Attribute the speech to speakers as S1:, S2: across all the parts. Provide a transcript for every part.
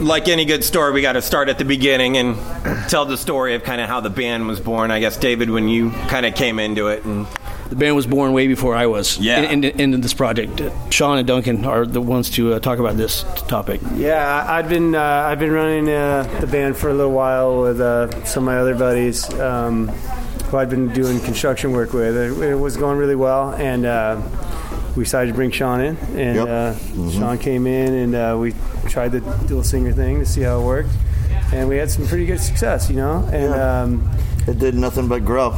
S1: like any good story, we got to start at the beginning and tell the story of kind of how the band was born. I guess David, when you kind of came into it, and
S2: The band was born way before I was.
S1: Yeah.
S2: in- in- into this project. Sean and Duncan are the ones to uh, talk about this topic.
S3: Yeah, I've been uh, I've been running uh, the band for a little while with uh, some of my other buddies um, who I've been doing construction work with. It, it was going really well, and uh, we decided to bring Sean in, and
S4: Yep. Mm-hmm.
S3: uh, Sean came in, and uh, we tried the dual singer thing to see how it worked, and we had some pretty good success, you know. And
S4: Yeah.
S3: um,
S4: It did nothing but grow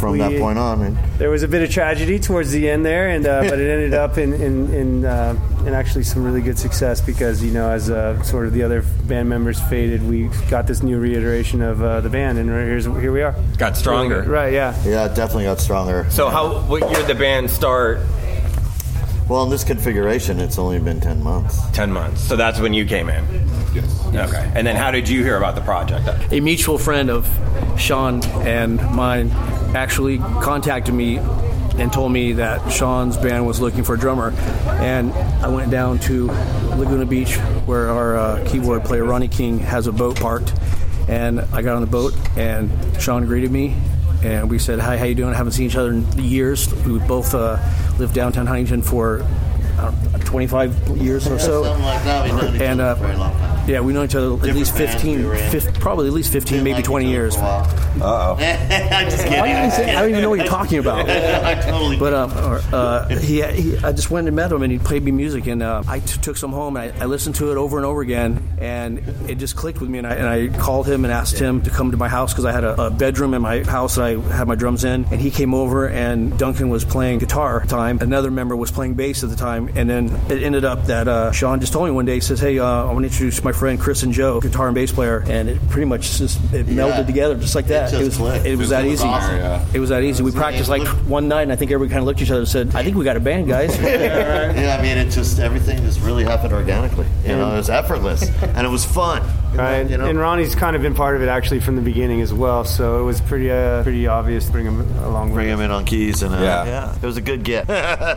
S4: from that
S3: We-
S4: point on. And
S3: there was a bit of tragedy towards the end there, and uh, but it ended up in in in, uh, in actually some really good success because you know as uh, sort of the other band members faded, we got this new reiteration of uh, the band, and here's here we are. uh,
S1: got stronger.
S3: Right? Yeah.
S4: yeah, it definitely got stronger.
S1: So how what year did the band start?
S4: Well, in this configuration, it's only been 10 months.
S1: Ten months. So that's when you came in. Yes. Okay. And then how did you hear about the project?
S2: a mutual friend of Sean and mine actually contacted me and told me that Sean's band was looking for a drummer. And I went down to Laguna Beach where our uh, keyboard player Ronnie King has a boat parked. And I got on the boat and Sean greeted me and we said, "Hi, how you doing? haven't seen each other in years. We both uh, lived downtown Huntington for I don't know, 25 years or so."
S4: Something like that. We've known each
S2: and
S4: other
S2: uh,
S4: for a long time.
S2: yeah, we know each other at
S4: Different
S2: least
S4: bands we
S2: 15,
S4: were in.
S2: fif- probably at least 15,
S4: Didn't
S2: maybe
S4: like
S2: 20
S4: each other
S2: years.
S4: for a while.
S1: Uh oh.
S4: I'm just kidding.
S2: Why did I say- I don't even know what you're talking about.
S4: I totally
S2: But um, or, uh, he, he, I just went and met him, and he played me music, and uh, I t- took some home, and I, I listened to it over and over again, and it just clicked with me, and I, and I called him and asked him to come to my house because I had a, a bedroom in my house that I had my drums in, and he came over, and Duncan was playing guitar at the time, another member was playing bass at the time, and then it ended up that uh, Sean just told me one day, he says, "Hey, uh, I want to introduce my friend Chris and Joe, guitar and bass player," and it pretty much just it melded together just like that.
S4: just
S2: was
S4: clicked.
S2: it was
S5: It
S2: that
S5: was
S2: easy.
S5: awesome. Yeah.
S2: It was that easy. We practiced like one night, and I think everyone kind of looked at each other and said, "I think we got a band, guys."
S4: Yeah, I mean, it just everything just really happened organically. You know, it was effortless and it was fun.
S3: Right,
S4: You know,
S3: and Ronnie's kind of been part of it actually from the beginning as well, so it was pretty uh, pretty obvious to bring him along.
S4: bring
S3: with
S4: him in on keys and uh,
S1: Yeah.
S4: yeah. it was a good get.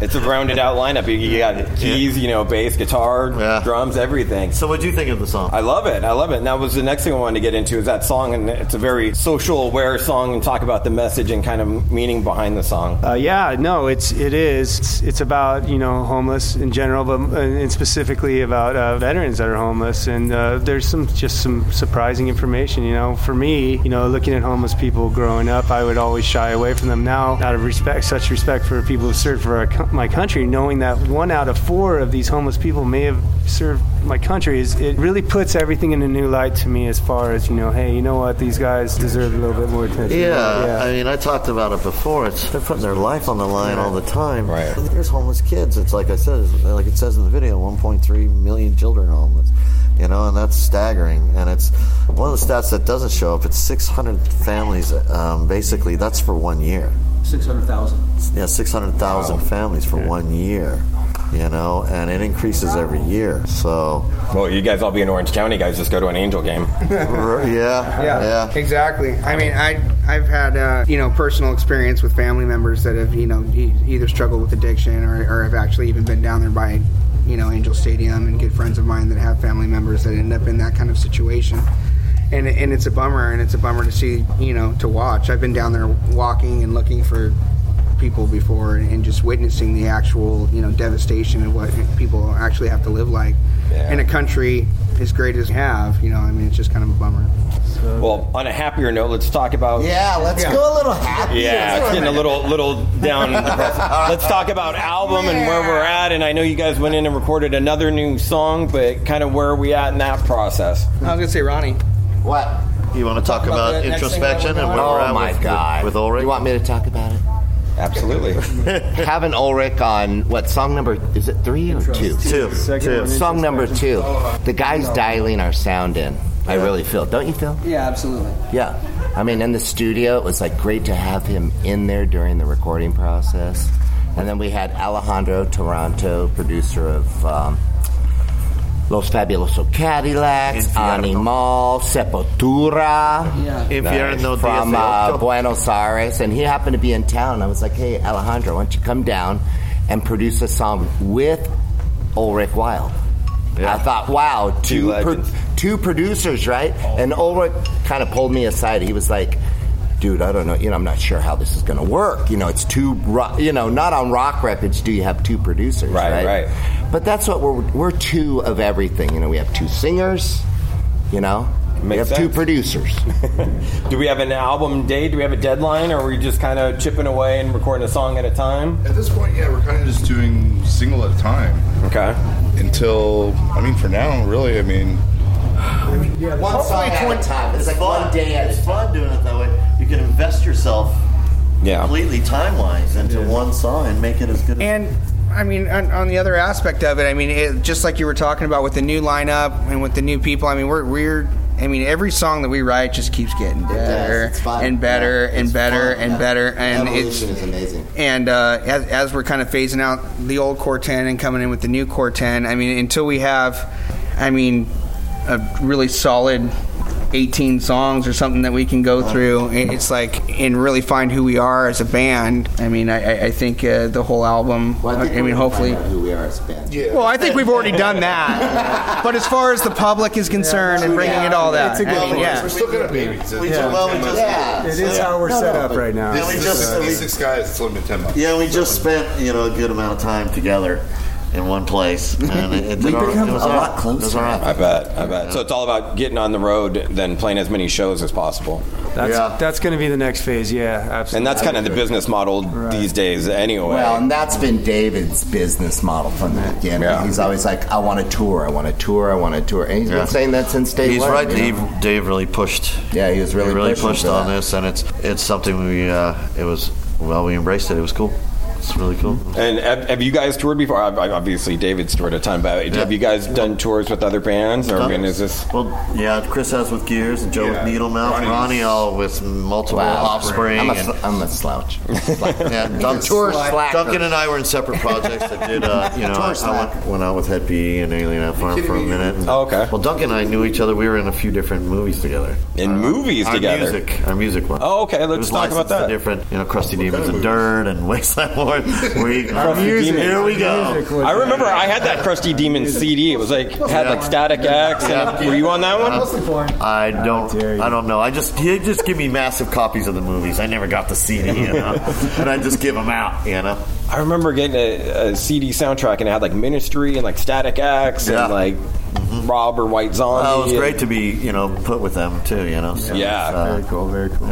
S1: It's a rounded out lineup. You, you got keys, you know, bass, guitar,
S4: Yeah.
S1: drums, everything.
S4: so, what do you think of the song?
S1: I love it. I love it. And that was the next thing I wanted to get into is that song, and it's a very social aware song, and talk about the message and kind of meaning behind the song.
S3: Uh, yeah, no, it's it is. It's, it's about you know homeless in general, but uh, and specifically about uh, veterans that are homeless. And uh, there's some just some surprising information. You know, for me, you know, looking at homeless people growing up, I would always shy away from them. Now, out of respect, such respect for people who served for our, co- my country, knowing that one out of four of these homeless people may have served my country, is it really puts everything in a new light to me. As far as you know, hey, you know what, these guys deserve a little bit more attention.
S4: Yeah, I mean, I talked about it before. It's they're putting their life on the line all the time.
S1: Right.
S4: There's homeless kids. It's like I said, it's like it says in the video, 1.3 million children are homeless. You know, and that's staggering. And it's one of the stats that doesn't show up. It's 600 families. Um, basically, that's for one year.
S2: Six hundred thousand.
S4: Yeah, 600,000 families for one year. You know, and it increases every year. So,
S1: Well, you guys all be in Orange County, guys. Just go to an Angel game.
S4: yeah, yeah.
S6: exactly. I mean, I I've had uh, you know personal experience with family members that have you know e- either struggled with addiction or, or have actually even been down there by you know Angel Stadium and good friends of mine that have family members that end up in that kind of situation. And, it- and it's a bummer, and it's a bummer to see, you know, to watch. I've been down there walking and looking for people before, and, and just witnessing the actual, you know, devastation of what people actually have to live like
S1: Yeah.
S6: in a country as great as we have. You know, I mean, it's just kind of a bummer.
S1: Well, on a happier note, let's talk about.
S4: Yeah, let's go a little happy.
S1: Yeah, it's getting a little little down. depressing. Let's talk about album and where we're at. And I know you guys went in and recorded another new song, but kind of where are we at in that process?
S6: I was gonna say Ronnie.
S4: What? You want to talk about,
S6: the next thing that
S4: introspection
S6: we're
S4: and where
S6: doing?
S4: we're
S5: Oh
S4: at
S5: my
S4: with,
S5: god!
S4: with, with Ulrich?
S5: you want me to talk about it?
S1: Absolutely.
S5: Having Ulrich on what song number is it? Three or two?
S4: two, two. Oh,
S5: Song number two. The guy's dialing our sound in. I really feel. Don't you feel?
S6: Yeah, absolutely.
S5: Yeah. I mean, in the studio, it was like great to have him in there during the recording process. And then we had Alejandro Toronto, producer of um, Los Fabuloso Cadillacs,
S4: Infierno.
S5: Animal, Sepultura.
S6: Yeah.
S4: Infierno
S5: Nice. from uh,
S4: 18.
S5: Buenos Aires, and he happened to be in town. I was like, "Hey, Alejandro, why don't you come down and produce a song with Ulrich Wild?"
S7: Yeah.
S5: I thought, wow,
S7: Two
S5: two pro-
S7: legends.
S5: two producers, right? And Ulrich kind of pulled me aside. He was like, dude, I don't know. You know, I'm not sure how this is going to work. You know, it's two, ro- you know, not on rock records do you have two producers,
S1: Right,
S5: right?
S1: right.
S5: But that's what we're we're two of everything. You know, we have two singers. You know, we
S1: Makes
S5: have two
S1: sense.
S5: producers.
S1: Do we have an album date? Do we have a deadline? Or are we just kind of chipping away and recording a song at a time?
S8: At this point, yeah, we're kind of just doing single at a time
S1: Okay.
S8: until, I mean, for now, really, I mean,
S5: One song at a time. It's like
S7: fun.
S5: one day at
S7: It's
S5: a time.
S7: fun doing it that way. You can invest yourself
S1: Yeah.
S7: completely time wise into one song and make it as good. as
S6: And I mean, on, on the other aspect of it, I mean, it, just like you were talking about with the new lineup and with the new people, I mean, we're we're. I mean, every song that we write just keeps getting better
S5: It's fun.
S6: and better
S5: Yeah,
S6: and
S5: it's
S6: better
S5: fun.
S6: and
S5: Yeah.
S6: better, and it's
S5: evolution is amazing.
S6: and uh, as, as we're kind of phasing out the old core 10 and coming in with the new core 10 i mean until we have i mean a really solid 18 songs or something that we can go through it- it's like and really find who we are as a band i mean i, I- I think uh, the whole album uh,
S5: Well,
S6: i,
S5: we're
S6: mean
S5: gonna
S6: hopefully
S5: find out who we are as a band. Yeah.
S6: well, I think we've already done that. but as far as the public is concerned and bringing it all that,
S3: It's a
S6: I
S3: good
S6: mean,
S3: one.
S8: we're
S6: yeah.
S8: still gonna babies.
S7: we do. Well, we just
S3: It is how we're set up right now.
S7: Then we just
S8: Just these six guys, it's only been ten bucks.
S7: yeah we just spent you know a good amount of time together in one place and it, it, did
S5: We
S7: all-
S5: become
S7: it was
S5: a
S7: all
S5: lot
S7: right. It was
S5: closer. Uh,
S7: all right.
S1: I bet. I bet. So it's all about getting on the road, then playing as many shows as possible.
S3: That's,
S7: Yeah.
S3: that's going to be the next phase. Yeah, absolutely.
S1: And that's kind of the business model these days, anyway.
S5: Well, and that's been David's business model from the beginning.
S1: Yeah.
S5: He's always like, I want a tour, I want a tour, I want a tour. And he's
S7: Yeah.
S5: been saying that since day
S7: He's
S5: one.
S7: right.
S5: you
S7: Dave,
S5: know?
S7: Dave really pushed.
S5: Yeah, he was really
S7: He really
S5: pushing
S7: pushed
S5: for
S7: on
S5: that.
S7: this, and it's it's something we. Uh, it was well, we embraced it. It was cool. It's really cool.
S5: Mm-hmm.
S1: And have, have you guys toured before? Ob- ob- Obviously, David's toured a ton, but have you guys done tours with other bands? Or I mean, is this
S7: Well, yeah. Chris has with Gears, and Joe
S8: Yeah.
S7: with Needle Mouth,
S8: Ronnie's-
S7: Ronnie all with multiple
S5: Wow.
S7: Offspring.
S5: I'm a,
S7: and,
S5: sl- I'm a slouch.
S7: yeah, Dun-
S5: Tour slacker.
S7: Duncan and I were in separate projects that did, uh, you know,
S5: Tour
S7: I- I
S5: slacker.
S7: went, went out with Head B and Alien Ant Farm for a minute. and-
S1: Oh, okay.
S7: Well, Duncan and I knew each other. We were in a few different movies together.
S1: in movies
S7: our
S1: together?
S7: Uh, music, our music one.
S1: Oh, okay, let's
S7: It was
S1: talk about
S7: licensed to
S1: that.
S7: Different, you know, Crusty Demons and Dirt and Wasteland Lord. We, our
S1: Crusty
S7: music,
S1: Demons.
S7: here we go.
S1: I remember I had that Crusty Demon CD. It was like had like Static X. And, were you on that
S7: Uh-huh.
S1: one?
S7: I don't,
S3: dare you.
S7: I don't know. I just, he just give me massive copies of the movies. I never got the CD, you know, and I just give them out, you know.
S1: I remember getting a, a CD soundtrack and it had like Ministry and like Static X
S7: Yeah.
S1: and like Rob or White Zombie.
S7: Well, it was
S1: and-
S7: great to be, you know, put with them too, you know. So
S1: Yeah.
S7: it's, uh,
S3: very cool. Very cool.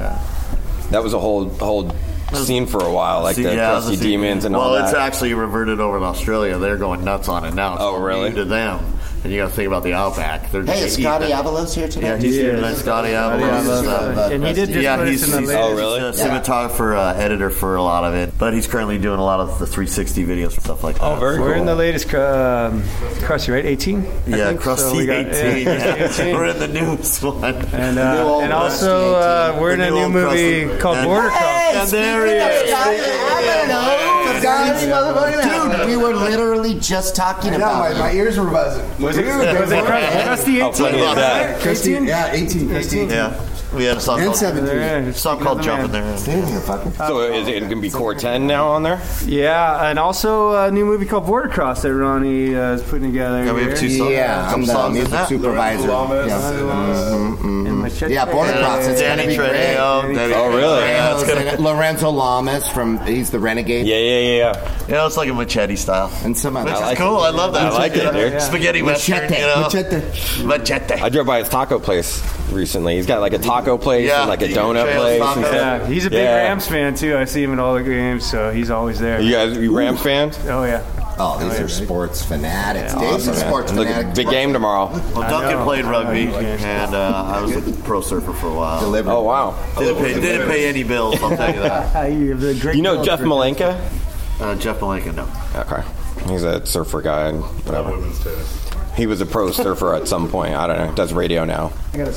S1: That was a whole whole scene for a while, like
S7: See,
S1: the
S7: yeah,
S1: Crusty
S7: that's the-
S1: Demons and
S7: well,
S1: all
S7: it's
S1: that.
S7: actually reverted over to Australia. They're going nuts on it now. It's
S1: Oh, really?
S7: new To them, and you got to think about the outback. They're
S5: hey,
S7: just
S5: is Scotty
S7: eating it.
S5: Avalos here today?
S7: Yeah, he's
S3: Yeah.
S7: here. today. Scotty Avalos.
S5: Avalos.
S7: Uh,
S5: Uh,
S3: And he did just
S7: yeah,
S3: put us
S7: he's,
S3: in the
S7: he's,
S3: latest.
S1: Oh, really?
S7: he's a cinematographer, uh, editor for a lot of it, but he's currently doing a lot of the 360 videos and stuff like that.
S1: Oh, very
S3: We're
S1: cool.
S3: in the latest cr- um, Krusty, right? 18? I
S7: yeah,
S3: think. So
S7: Krusty
S3: we got-
S7: 18.
S3: yeah,
S7: yeah.
S3: Krusty 18.
S7: We're in the newest one.
S3: And,
S5: The new
S3: uh,
S5: old
S3: and
S5: Krusty
S3: also, uh,
S5: 18.
S3: we're in
S7: The
S3: a
S7: new
S3: new
S7: old
S3: movie
S7: Krusty.
S3: called
S7: And-
S3: Border Cross.
S7: and there he is.
S5: Dude, we were literally just talking about it.
S9: ears were buzzing.
S3: Was it was it Krusty Krusty
S1: How
S3: 18?
S1: funny is that?
S3: 18?
S9: Yeah, 18. 18.
S7: Oh, Yeah, we had a song called,
S3: There it is.
S7: song called
S3: Another man.
S7: Jumping There.
S1: So is it going to be Core 10 now on there?
S3: Yeah, and also a new movie called Border Cross that Ronnie uh, is putting together.
S7: Yeah, we have two
S3: here.
S7: songs.
S5: Yeah, I'm
S7: some
S5: the
S7: songs in
S5: music
S7: that.
S5: supervisor.
S3: Another
S5: Yeah.
S3: one.
S7: Mm-hmm.
S3: And Machete.
S5: Yeah, Border Cross. It's gonna
S7: Uh, Danny
S5: be great.
S7: Trejo. Danny-
S1: Oh, really?
S7: Yeah, it's gonna-
S5: Lorenzo- Lorenzo Lamas from he's the Renegade.
S1: Yeah, yeah, yeah, yeah.
S7: Yeah, it's like a machete style.
S5: And some other.
S7: Which
S1: like
S7: is cool. I love that.
S1: I like it, dude.
S7: Spaghetti western,
S5: Machete, Oh,
S7: you know?
S9: machete.
S7: Machete.
S1: I drove by his taco place recently. He's got like a taco place
S7: Yeah,
S1: and like a
S7: you can
S1: donut
S7: trail
S1: place.
S7: taco.
S1: and stuff.
S3: Yeah, he's a big
S1: Yeah.
S3: Rams fan too. I see him at all the games, so he's always there.
S1: You guys, you Rams fans?
S3: Oh yeah.
S5: Oh, these are sports fanatics.
S3: Yeah,
S5: Dave's a
S1: Yeah.
S5: sports
S1: Look,
S5: fanatic.
S1: big game tomorrow.
S7: Well, Duncan
S3: know.
S7: played
S3: I know
S7: rugby,
S3: you like
S7: and uh, I was a pro surfer for a while.
S5: Delivered.
S1: Oh wow!
S7: Didn't pay, didn't pay any bills, I'll tell you that.
S1: You know Jeff Malenka?
S7: Uh, Jeff Malenka, no.
S1: Okay, he's a surfer guy and whatever. He was a pro surfer at some point. I don't know. Does radio now?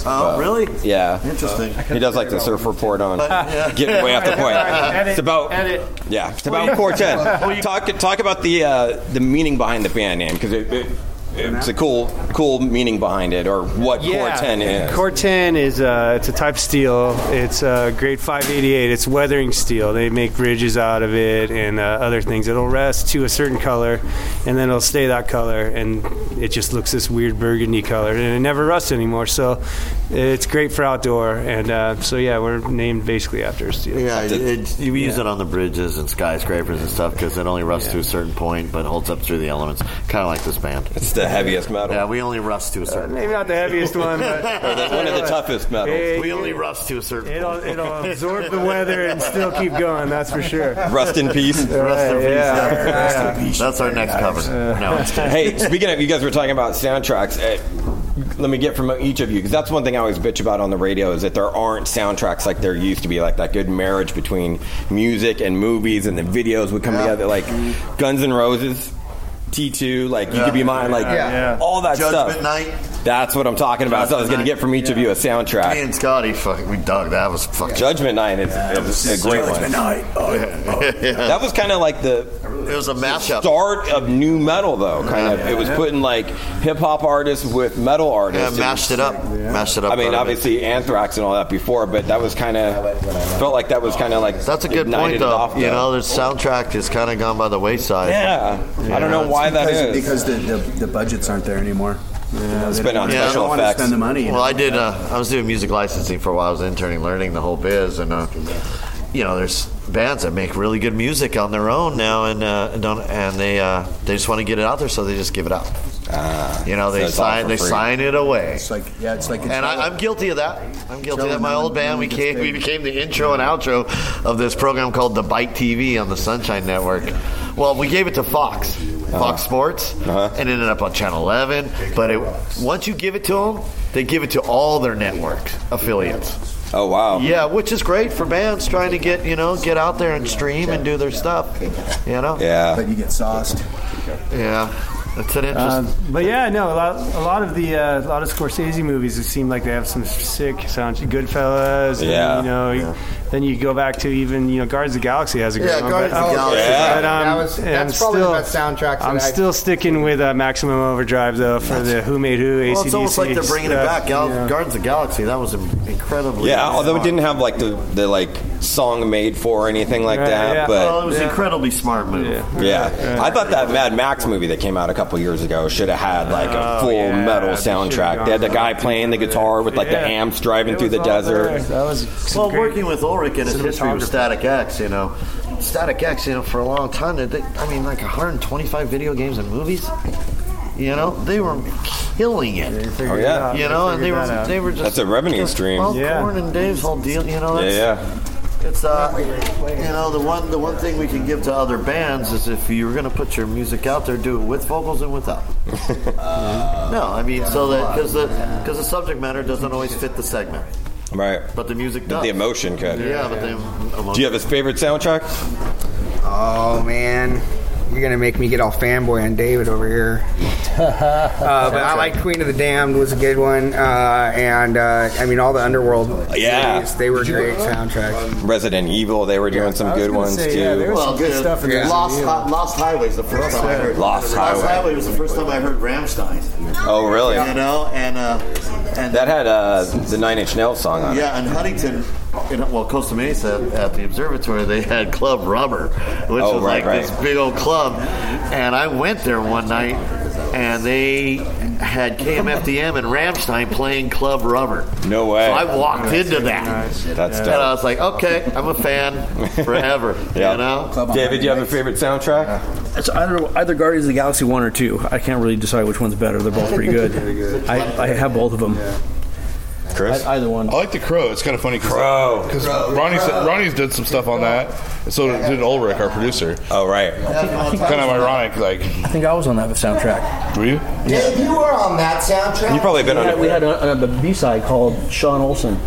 S7: Oh, really?
S1: Yeah,
S7: Interesting.
S1: he does like the surf report on.
S7: Yeah.
S1: Getting way off the point. It's about
S3: edit.
S1: yeah. It's about 410. Talk talk about the uh, the meaning behind the band name because it, it it's a cool, cool meaning behind it, or what
S3: Yeah.
S1: core ten is.
S3: Core 10 is uh, it's a type steel. It's uh, grade 588. It's weathering steel. They make ridges out of it and uh, other things. It'll rest to a certain color, and then it'll stay that color, and it just looks this weird burgundy color, and it never rusts anymore. So it's great for outdoor, and uh, so yeah, we're named basically after a steel.
S7: Yeah, it, it- you use it on the bridges and skyscrapers and stuff because it only rusts to a certain point, but holds up through the elements. Kind of like this band.
S1: It's the heaviest metal.
S7: Yeah, we only rust to a certain.
S3: Maybe not the heaviest one, but
S1: That's one of the toughest metals.
S7: we only rust to a certain.
S3: it'll it'll absorb the weather and still keep going. That's for sure.
S1: Rust in peace.
S7: Rust in
S3: Right,
S7: peace.
S3: yeah.
S7: That's our next cover. No, it's
S1: hey, speaking of, you guys were talking about soundtracks. eh, let me get from each of you because that's one thing I always bitch about on the radio is that there aren't soundtracks like there used to be, like that good marriage between music and movies and the videos would come together, like Guns N' Roses. T2, like you could be mine, like
S6: Yeah.
S1: all that
S7: Judgment
S1: stuff.
S7: Night.
S1: That's what I'm talking about. so I was going to
S7: Judgment
S1: get from each of you a soundtrack.
S7: me and Scotty, fuck, we dug. That was fucking.
S1: Judgment Night is, is a great one. That was kind of like the
S7: It was a mashup.
S1: start of new metal, though. Kind of, it was putting like hip hop artists with metal
S7: Yeah,
S1: artists. and-
S7: mashed it up. Mashed it up.
S1: I mean,
S7: quite a bit.
S1: obviously Anthrax and all that before, but that was kind of felt like that was kind of like
S7: That's a good
S1: ignited
S7: point,
S1: it
S7: though.
S1: off
S7: you
S1: the-
S7: know, the soundtrack has kind of gone by the wayside.
S1: yeah. I don't know why that
S9: because, because
S1: is.
S9: the, the, the budgets aren't there anymore. You know, they
S1: Spend
S9: don't
S1: on
S9: wanna- they
S7: special
S9: don't wanna
S1: effects.
S9: spend the money. you
S7: Well,
S9: know.
S7: I did. Uh, I was doing music licensing for a while. I was interning, learning the whole biz, and uh, you know, there's bands that make really good music on their own now, and uh, and don't, and they uh, they just want to get it out there, so they just give it up. you know,
S1: Ah. so
S7: they
S1: it's all
S7: sign
S1: for
S7: they
S1: free.
S7: sign it away.
S9: it's like yeah, it's like
S7: And I, I'm guilty of that. I'm guilty of that. My
S9: Gentlemen,
S7: old band, we
S9: gets
S7: came, we
S9: paid.
S7: became the intro and outro of this program called The Bite TV on the Sunshine Network. Well, we gave it to Fox,
S1: Uh-huh.
S7: Fox Sports, and it ended up on Channel 11. But it, once you give it to them, they give it to all their network affiliates.
S1: oh wow.
S7: Yeah, which is great for bands trying to get you know get out there and stream and do their stuff. You know.
S1: Yeah.
S9: but you get sauced.
S7: Yeah. It's an
S3: Uh,
S7: interest.
S3: but yeah, no, a lot, a lot of the uh, a lot of Scorsese movies it seem like they have some sick sounds. Goodfellas, and,
S1: Yeah.
S3: you know. Then you go back to even you know Guardians of the Galaxy has a great
S7: Yeah,
S3: one.
S7: Guardians
S3: but-
S7: of the Galaxy.
S1: Yeah.
S3: but, um,
S6: That was-
S3: I'm
S6: that's probably the
S3: still-
S6: best soundtrack that
S3: I'm
S6: I've-
S3: still sticking with uh, Maximum Overdrive though for the Who Made Who.
S7: well, it's
S3: AC/DC
S7: almost like they're bringing it
S3: stuff,
S7: back. Gal-
S3: you know.
S7: Guardians of the Galaxy. That was incredibly.
S1: Yeah, although it
S7: smart.
S1: didn't have like the, the like song made for or anything like
S3: Right,
S1: that,
S3: yeah.
S1: but
S7: Well, it was an incredibly smart move.
S1: Yeah, I thought that Mad Max movie that came out a couple years ago should have had like a
S3: Oh,
S1: full
S3: yeah,
S1: metal
S3: they should've
S1: soundtrack.
S3: gone
S1: They had the
S3: for
S1: guy
S3: that.
S1: playing the guitar with like
S3: Yeah.
S1: the amps driving
S3: It
S1: through
S3: was
S1: the
S3: all there.
S1: desert. Oh,
S3: That was some
S7: Well,
S3: great-
S7: working with Ulrich and his history
S3: Cinematographer.
S7: with Static X, you know, Static X, you know, for a long time, they, they- I mean, like 125 video games and movies. You know, they were killing it.
S3: Figured
S1: Oh, yeah.
S3: it out.
S7: You know, and they
S3: Figured that
S7: were
S3: out.
S7: they were just
S1: That's a revenue stream.
S7: Well,
S3: Yeah.
S7: Corn and Dave's whole deal, you know.
S1: Yeah,
S7: That's,
S1: yeah.
S7: It's uh, you know, the one the one thing we can give to other bands is if you're going to put your music out there, do it with vocals and without. no, I mean, so that because the because the subject matter doesn't always fit the segment,
S1: right.
S7: but the music does.
S1: But the emotion could.
S7: Yeah, but the emotion.
S1: Do you have a favorite soundtrack?
S6: Oh man, you're gonna make me get all fanboy on David over here. uh, but I like Queen of the Damned was a good one, uh, and uh, I mean all the Underworld.
S1: Yeah.
S6: series, they were great soundtracks.
S1: Resident Evil. They were doing some good ones too.
S9: yeah, there was some good
S7: dude,
S9: stuff in
S6: yeah.
S9: there.
S7: Lost, Hi- Lost Highway is the first time I heard.
S1: Lost Highway.
S7: was the first time I heard Ramstein.
S1: oh, really?
S7: You know, and uh, and
S1: That had uh, the Nine Inch Nails song on it.
S7: yeah, and Huntington. In, well, Costa Mesa at the observatory, they had Club Rubber, which
S1: Oh,
S7: was
S1: right,
S7: like this
S1: right.
S7: big old club. And I went there one night, and they had KMFDM and Ramstein playing Club Rubber.
S1: No way.
S7: So I walked into that,
S1: That's
S7: and I
S1: dope.
S7: was like, okay, I'm a fan forever.
S1: Yeah.
S7: You know.
S9: Club on
S1: David, do you have a
S9: Monday
S1: favorite soundtrack?
S2: It's either, either Guardians of the Galaxy 1 or 2. I can't really decide which one's better. They're both pretty good. I, I have both of them.
S1: Chris?
S2: I- either one.
S8: I like the crow. It's kind of funny
S1: Crow.
S8: because Ronnie's Ronnie's did some stuff on that. and So did Ulrich, our producer.
S1: oh, right.
S8: Kind of ironic, like
S2: I think I was on that soundtrack.
S8: were you?
S4: Dave, you were on that soundtrack.
S1: You've probably been
S2: We
S1: on
S2: had,
S1: it.
S2: we had a, a B-side called Sean Olson.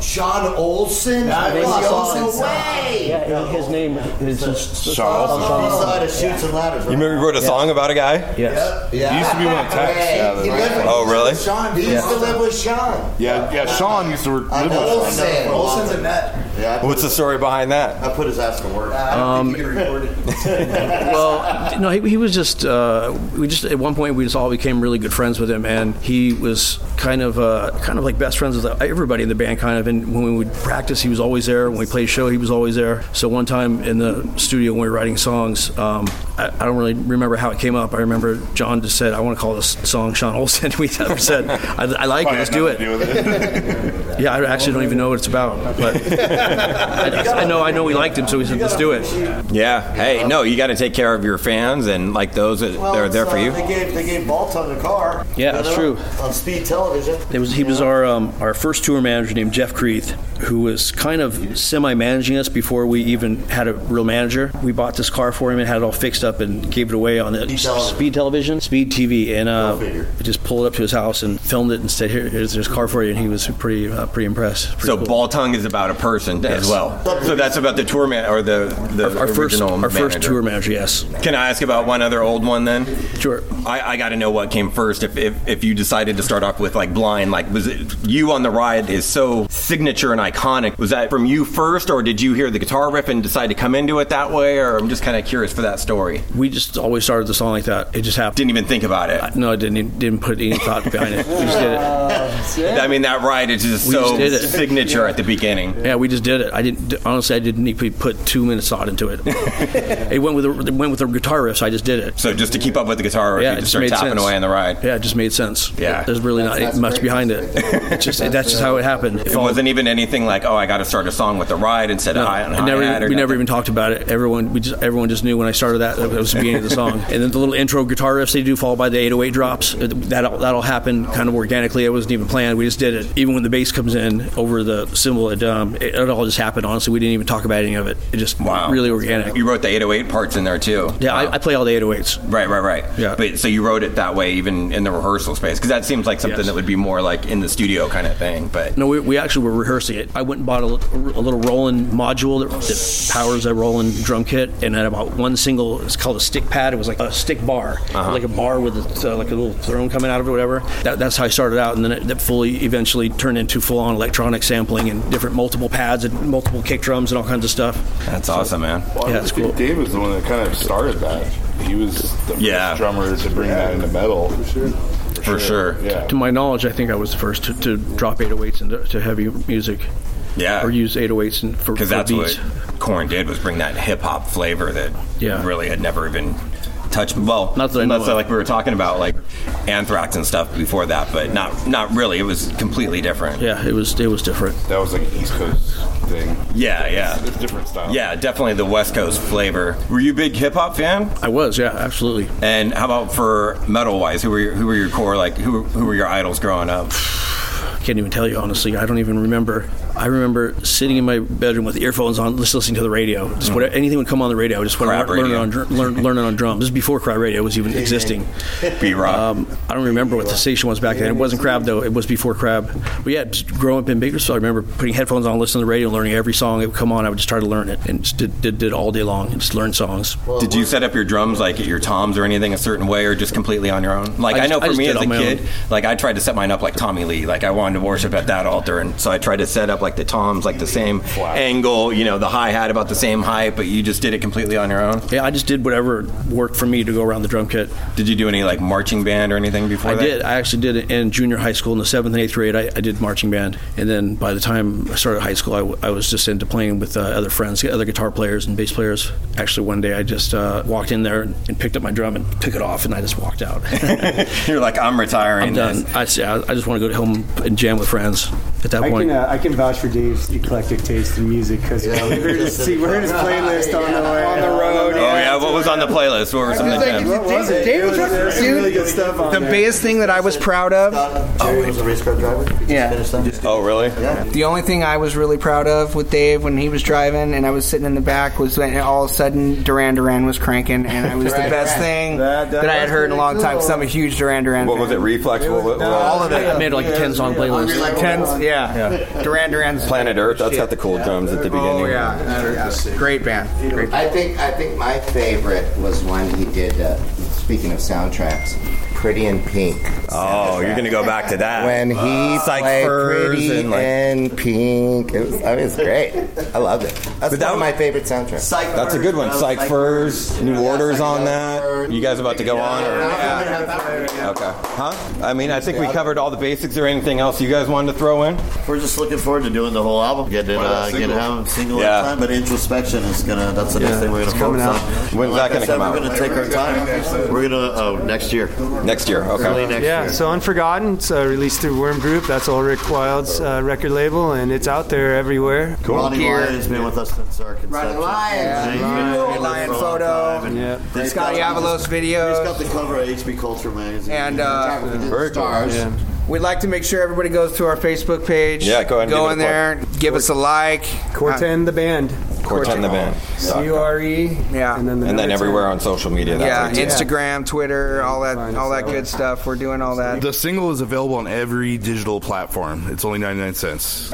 S4: Sean Olson.
S2: think
S4: Plus,
S2: so.
S4: Olson. Way.
S2: Yeah, his name is just...
S8: Sean Olsen.
S7: Side of shoots and ladders.
S1: You remember you wrote a song about a guy?
S2: Yes.
S4: Yeah.
S8: He used to be one of Tex. Yeah,
S4: He
S8: the-
S4: lived with-
S1: Oh, really?
S4: Sean. He used to live with Sean.
S8: yeah, yeah. Sean used to re- live with
S4: Olson. Olson's a nut.
S7: Yeah, I put
S1: What's the
S7: his-
S1: story behind that?
S7: I put his ass to work.
S1: Um,
S2: well, no, he, he was just. Uh, we just at one point we just all became really good friends with him, and he was kind of uh, kind of like best friends with everybody in the band, kind of. And when we would practice, he was always there. When we played a show, he was always there. So one time in the studio when we were writing songs, um, I, I don't really remember how it came up. I remember John just said, "I want to call this song Sean Olsen." we never said, "I, I like it.
S8: Probably
S2: Let's
S8: had
S2: do
S8: nothing
S2: it."
S8: to do with it.
S2: Yeah, I actually don't even know what it's about, but I, I know I know we liked him, so we said, "Let's do it."
S1: Yeah. Hey, no, you got to take care of your fans and like those that
S7: Well,
S1: are
S7: it's,
S1: there for
S7: uh,
S1: you.
S7: They gave they gave Baltung a car.
S2: Yeah, that's true.
S7: On speed television.
S2: It was he was our um, our first tour manager named Jeff Creeth, who was kind of semi managing us before we even had a real manager. We bought this car for him and had it all fixed up and gave it away on the
S7: Speed television.
S2: speed television, speed TV, and uh,
S7: figure.
S2: we just pulled it up to his house and filmed it and said, "Here, here's this car for you." And he was pretty uh, pretty impressed. Pretty
S1: So
S2: cool.
S1: ball tongue is about a person as well. So that's about the tour man or the the
S2: our first
S1: original
S2: our first
S1: manager.
S2: tour manager, yes,
S1: Can I ask about one other old one then?
S2: Sure.
S1: I, I got to know what came first. If, if if you decided to start off with like blind, like was it you on the ride is so signature and iconic. Was that from you first, or did you hear the guitar riff and decide to come into it that way? Or I'm just kind of curious for that story.
S2: we just always started the song like that. It just happened.
S1: Didn't even think about it.
S2: No, I didn't even- didn't put any thought behind it. We just did it.
S1: I mean that ride is just
S2: We
S1: so
S2: just did it.
S1: signature at the beginning.
S2: Yeah, we just did it. I didn't honestly. I didn't even put two minutes thought into it. it went with the, it went with the guitar riff. So I just did it.
S1: So just to keep up with the guitar riff,
S2: Yeah,
S1: you
S2: it
S1: just
S2: just
S1: start
S2: made
S1: tapping
S2: sense.
S1: away on the ride.
S2: Yeah, it just made sense.
S1: Yeah.
S2: there's really not much behind it. It's just that's, just how it happened.
S1: It wasn't even anything like, oh, I got to start a song with a ride instead of high on
S2: I
S1: high
S2: never,
S1: hat or
S2: we never even
S1: nothing.
S2: talked about it. Everyone, we just everyone just knew when I started that that was the beginning of the song. And then the little intro guitar riffs they do, followed by the 808 drops. uh, That all, that all happened kind of organically. It wasn't even planned. We just did it. Even when the bass comes in over the cymbal, it um, it, it all just happened. Honestly, we didn't even talk about any of it. It just
S1: Wow.
S2: really organic.
S1: You wrote the 808 parts in there too.
S2: Yeah, I, I play all the 808s.
S1: Right, right, right.
S2: Yeah.
S1: But so you wrote it that way, even in the rehearsal space, because that seems like something
S2: Yes.
S1: that would be more like in the studio kind of thing. But
S2: No, we, we actually were rehearsing it. I went and bought a, li- a little Roland module that, that powers a Roland drum kit, and had about one single. It's called a stick pad. It was like a stick bar,
S1: Uh-huh.
S2: like a bar with a, uh, like a little throne coming out of it, or whatever. That, that's how I started out, and then it, that fully eventually turned into full on electronic sampling and different multiple pads and multiple kick drums and all kinds of stuff.
S1: that's awesome, man.
S2: Yeah, it's cool.
S10: Dave was the one that kind of started that. He was the
S1: Yeah.
S10: first drummer to bring that into metal. For sure.
S1: For sure.
S10: Yeah.
S2: To my knowledge, I think I was the first to, to drop 808s into to heavy music.
S1: Yeah.
S2: Or use 808s in- for, for
S1: Because Uh, that's
S2: beats.
S1: what Korn did was bring that hip hop flavor that
S2: Yeah.
S1: really had never even touched. Well,
S2: Not that I know
S1: unless
S2: of.
S1: like we were talking about like Anthrax and stuff before that, but not not really. It was completely different.
S2: Yeah, it was it was different.
S10: That was like an East Coast thing.
S1: Yeah,
S10: It's,
S1: yeah.
S10: it's different style.
S1: Yeah, definitely the West Coast flavor. Were you a big hip hop fan?
S2: I was, yeah, absolutely.
S1: And how about for metal wise? Who were your, who were your core like who who were your idols growing up?
S2: can't even tell you honestly. I don't even remember. I remember sitting in my bedroom with earphones on, just listening to the radio. Just whatever, anything would come on the radio. I just
S1: Mm. Crap
S2: want to learn,
S1: radio.
S2: on dr- learn, learn it on drums. This is before crowd radio was even existing.
S1: B Rock.
S2: Um, I don't remember what the station was back then. It wasn't Crab though. It was before Crab. But yeah, just growing up in Bakersfield, I remember putting headphones on, listening to the radio, learning every song that would come on. I would just try to learn it and just did, did, did all day long and just learn songs.
S1: Did you set up your drums like your toms or anything a certain way, or just completely on your own? Like
S2: I
S1: I,
S2: just-
S1: know
S2: I
S1: for
S2: just
S1: me
S2: did
S1: as a
S2: it on my
S1: kid,
S2: own.
S1: like I tried to set mine up like Tommy Lee. Like I wanted to worship at that altar, and so I tried to set up like the toms like the same angle, you know, the hi hat about the same height, but you just did it completely on your own.
S2: Yeah, I just did whatever worked for me to go around the drum kit.
S1: Did you do any like marching band or anything before
S2: I
S1: that?
S2: did. I actually did it in junior high school in the seventh and eighth grade. I, I did marching band, and then by the time I started high school, I, w- I was just into playing with uh, other friends, other guitar players and bass players. Actually, one day I just uh, walked in there and picked up my drum and took it off, and I just walked out.
S1: You're like I'm retiring.
S2: I'm done. I, s- I- I just want to go home and jam with friends. At that
S3: I
S2: point,
S3: can, uh, I can vouch for Dave's eclectic taste in music because we heard his, see, we heard his playlist on the way
S6: On the road,
S1: Oh yeah, what was on the playlist? What were some of the
S6: Like,
S1: jams?
S3: What was it?
S6: Dave was
S3: It was,
S6: right-
S3: uh, some
S6: dude,
S3: really good stuff on
S6: The
S3: there.
S6: biggest thing that I was proud of,
S7: Uh, Jerry was a race car driver. We just
S6: Yeah.
S7: Finished that.
S1: Oh really?
S6: the only thing I was really proud of with Dave when he was driving and I was sitting in the back was when all of a sudden Duran Duran was cranking and it was the best thing
S3: That-
S6: that,
S3: that
S6: I had
S3: was
S6: heard in a
S3: pretty
S6: long time because I'm a huge Duran Duran
S1: What was it?
S6: fan.
S1: Reflex? What, what,
S2: all of it. I made like a ten song playlist.
S6: Tens, yeah. Duran Duran's
S1: Planet Earth. That's got the cool drums at the beginning.
S6: Oh yeah, Yeah. great band. Great band.
S5: I think I think my favorite was one he did. Uh, speaking of soundtracks, Pretty in Pink.
S1: Oh, you're gonna go back to that
S5: When he
S1: Psych
S5: played
S1: Furs
S5: Pretty
S1: and, like-
S5: in Pink, it was, I mean, it's great. I loved it. That's one of my favorite soundtracks.
S1: That's a good one. Psych Furs, New Orders on that. You guys about to go on? Or, Okay. Huh? I mean, I think we covered all the basics. Or anything else you guys wanted to throw in?
S7: We're just looking forward to doing the whole album. Getting
S1: One of
S7: uh,
S1: those
S7: getting
S1: singles.
S7: having single
S1: Yeah.
S7: at a time, but introspection is gonna. That's the next
S1: Yeah,
S7: thing we're gonna
S1: it's coming out.
S7: focus on.
S1: When's
S7: And
S1: that
S7: like I
S1: gonna
S7: said,
S1: come out?
S7: We're gonna take our time. We're gonna oh next year.
S1: Next year. Okay.
S7: Early next
S3: yeah,
S7: year.
S3: so Unforgotten, it's uh, released through Worm Group. That's Ulrich Wild's uh, record label, and it's out there everywhere.
S7: Ronnie Lyon has been with us since our conception.
S6: Ronnie Lyon.
S7: Yeah, he's been
S6: Ronnie
S7: with us for a
S6: Lyon
S7: long
S6: photo.
S7: time, and
S6: Yeah.
S7: they've
S6: Scotty
S7: got-
S6: Avalos videos.
S7: He's got the cover of HB Culture magazine.
S6: and uh,
S7: We did stars.
S6: We'd like to make sure everybody goes to our Facebook page.
S1: Yeah, go ahead and
S6: go
S1: give
S6: in
S1: it a
S6: there, give us a like.
S3: Corten the band.
S1: Corten the band.
S3: C U R E.
S6: Yeah.
S3: And then, the
S1: And then
S3: number
S1: everywhere on social media.
S6: Yeah,
S1: That's what it is.
S6: Instagram, Twitter, all that, all that good stuff. We're doing all that.
S8: The single is available on every digital platform. It's only 99 cents.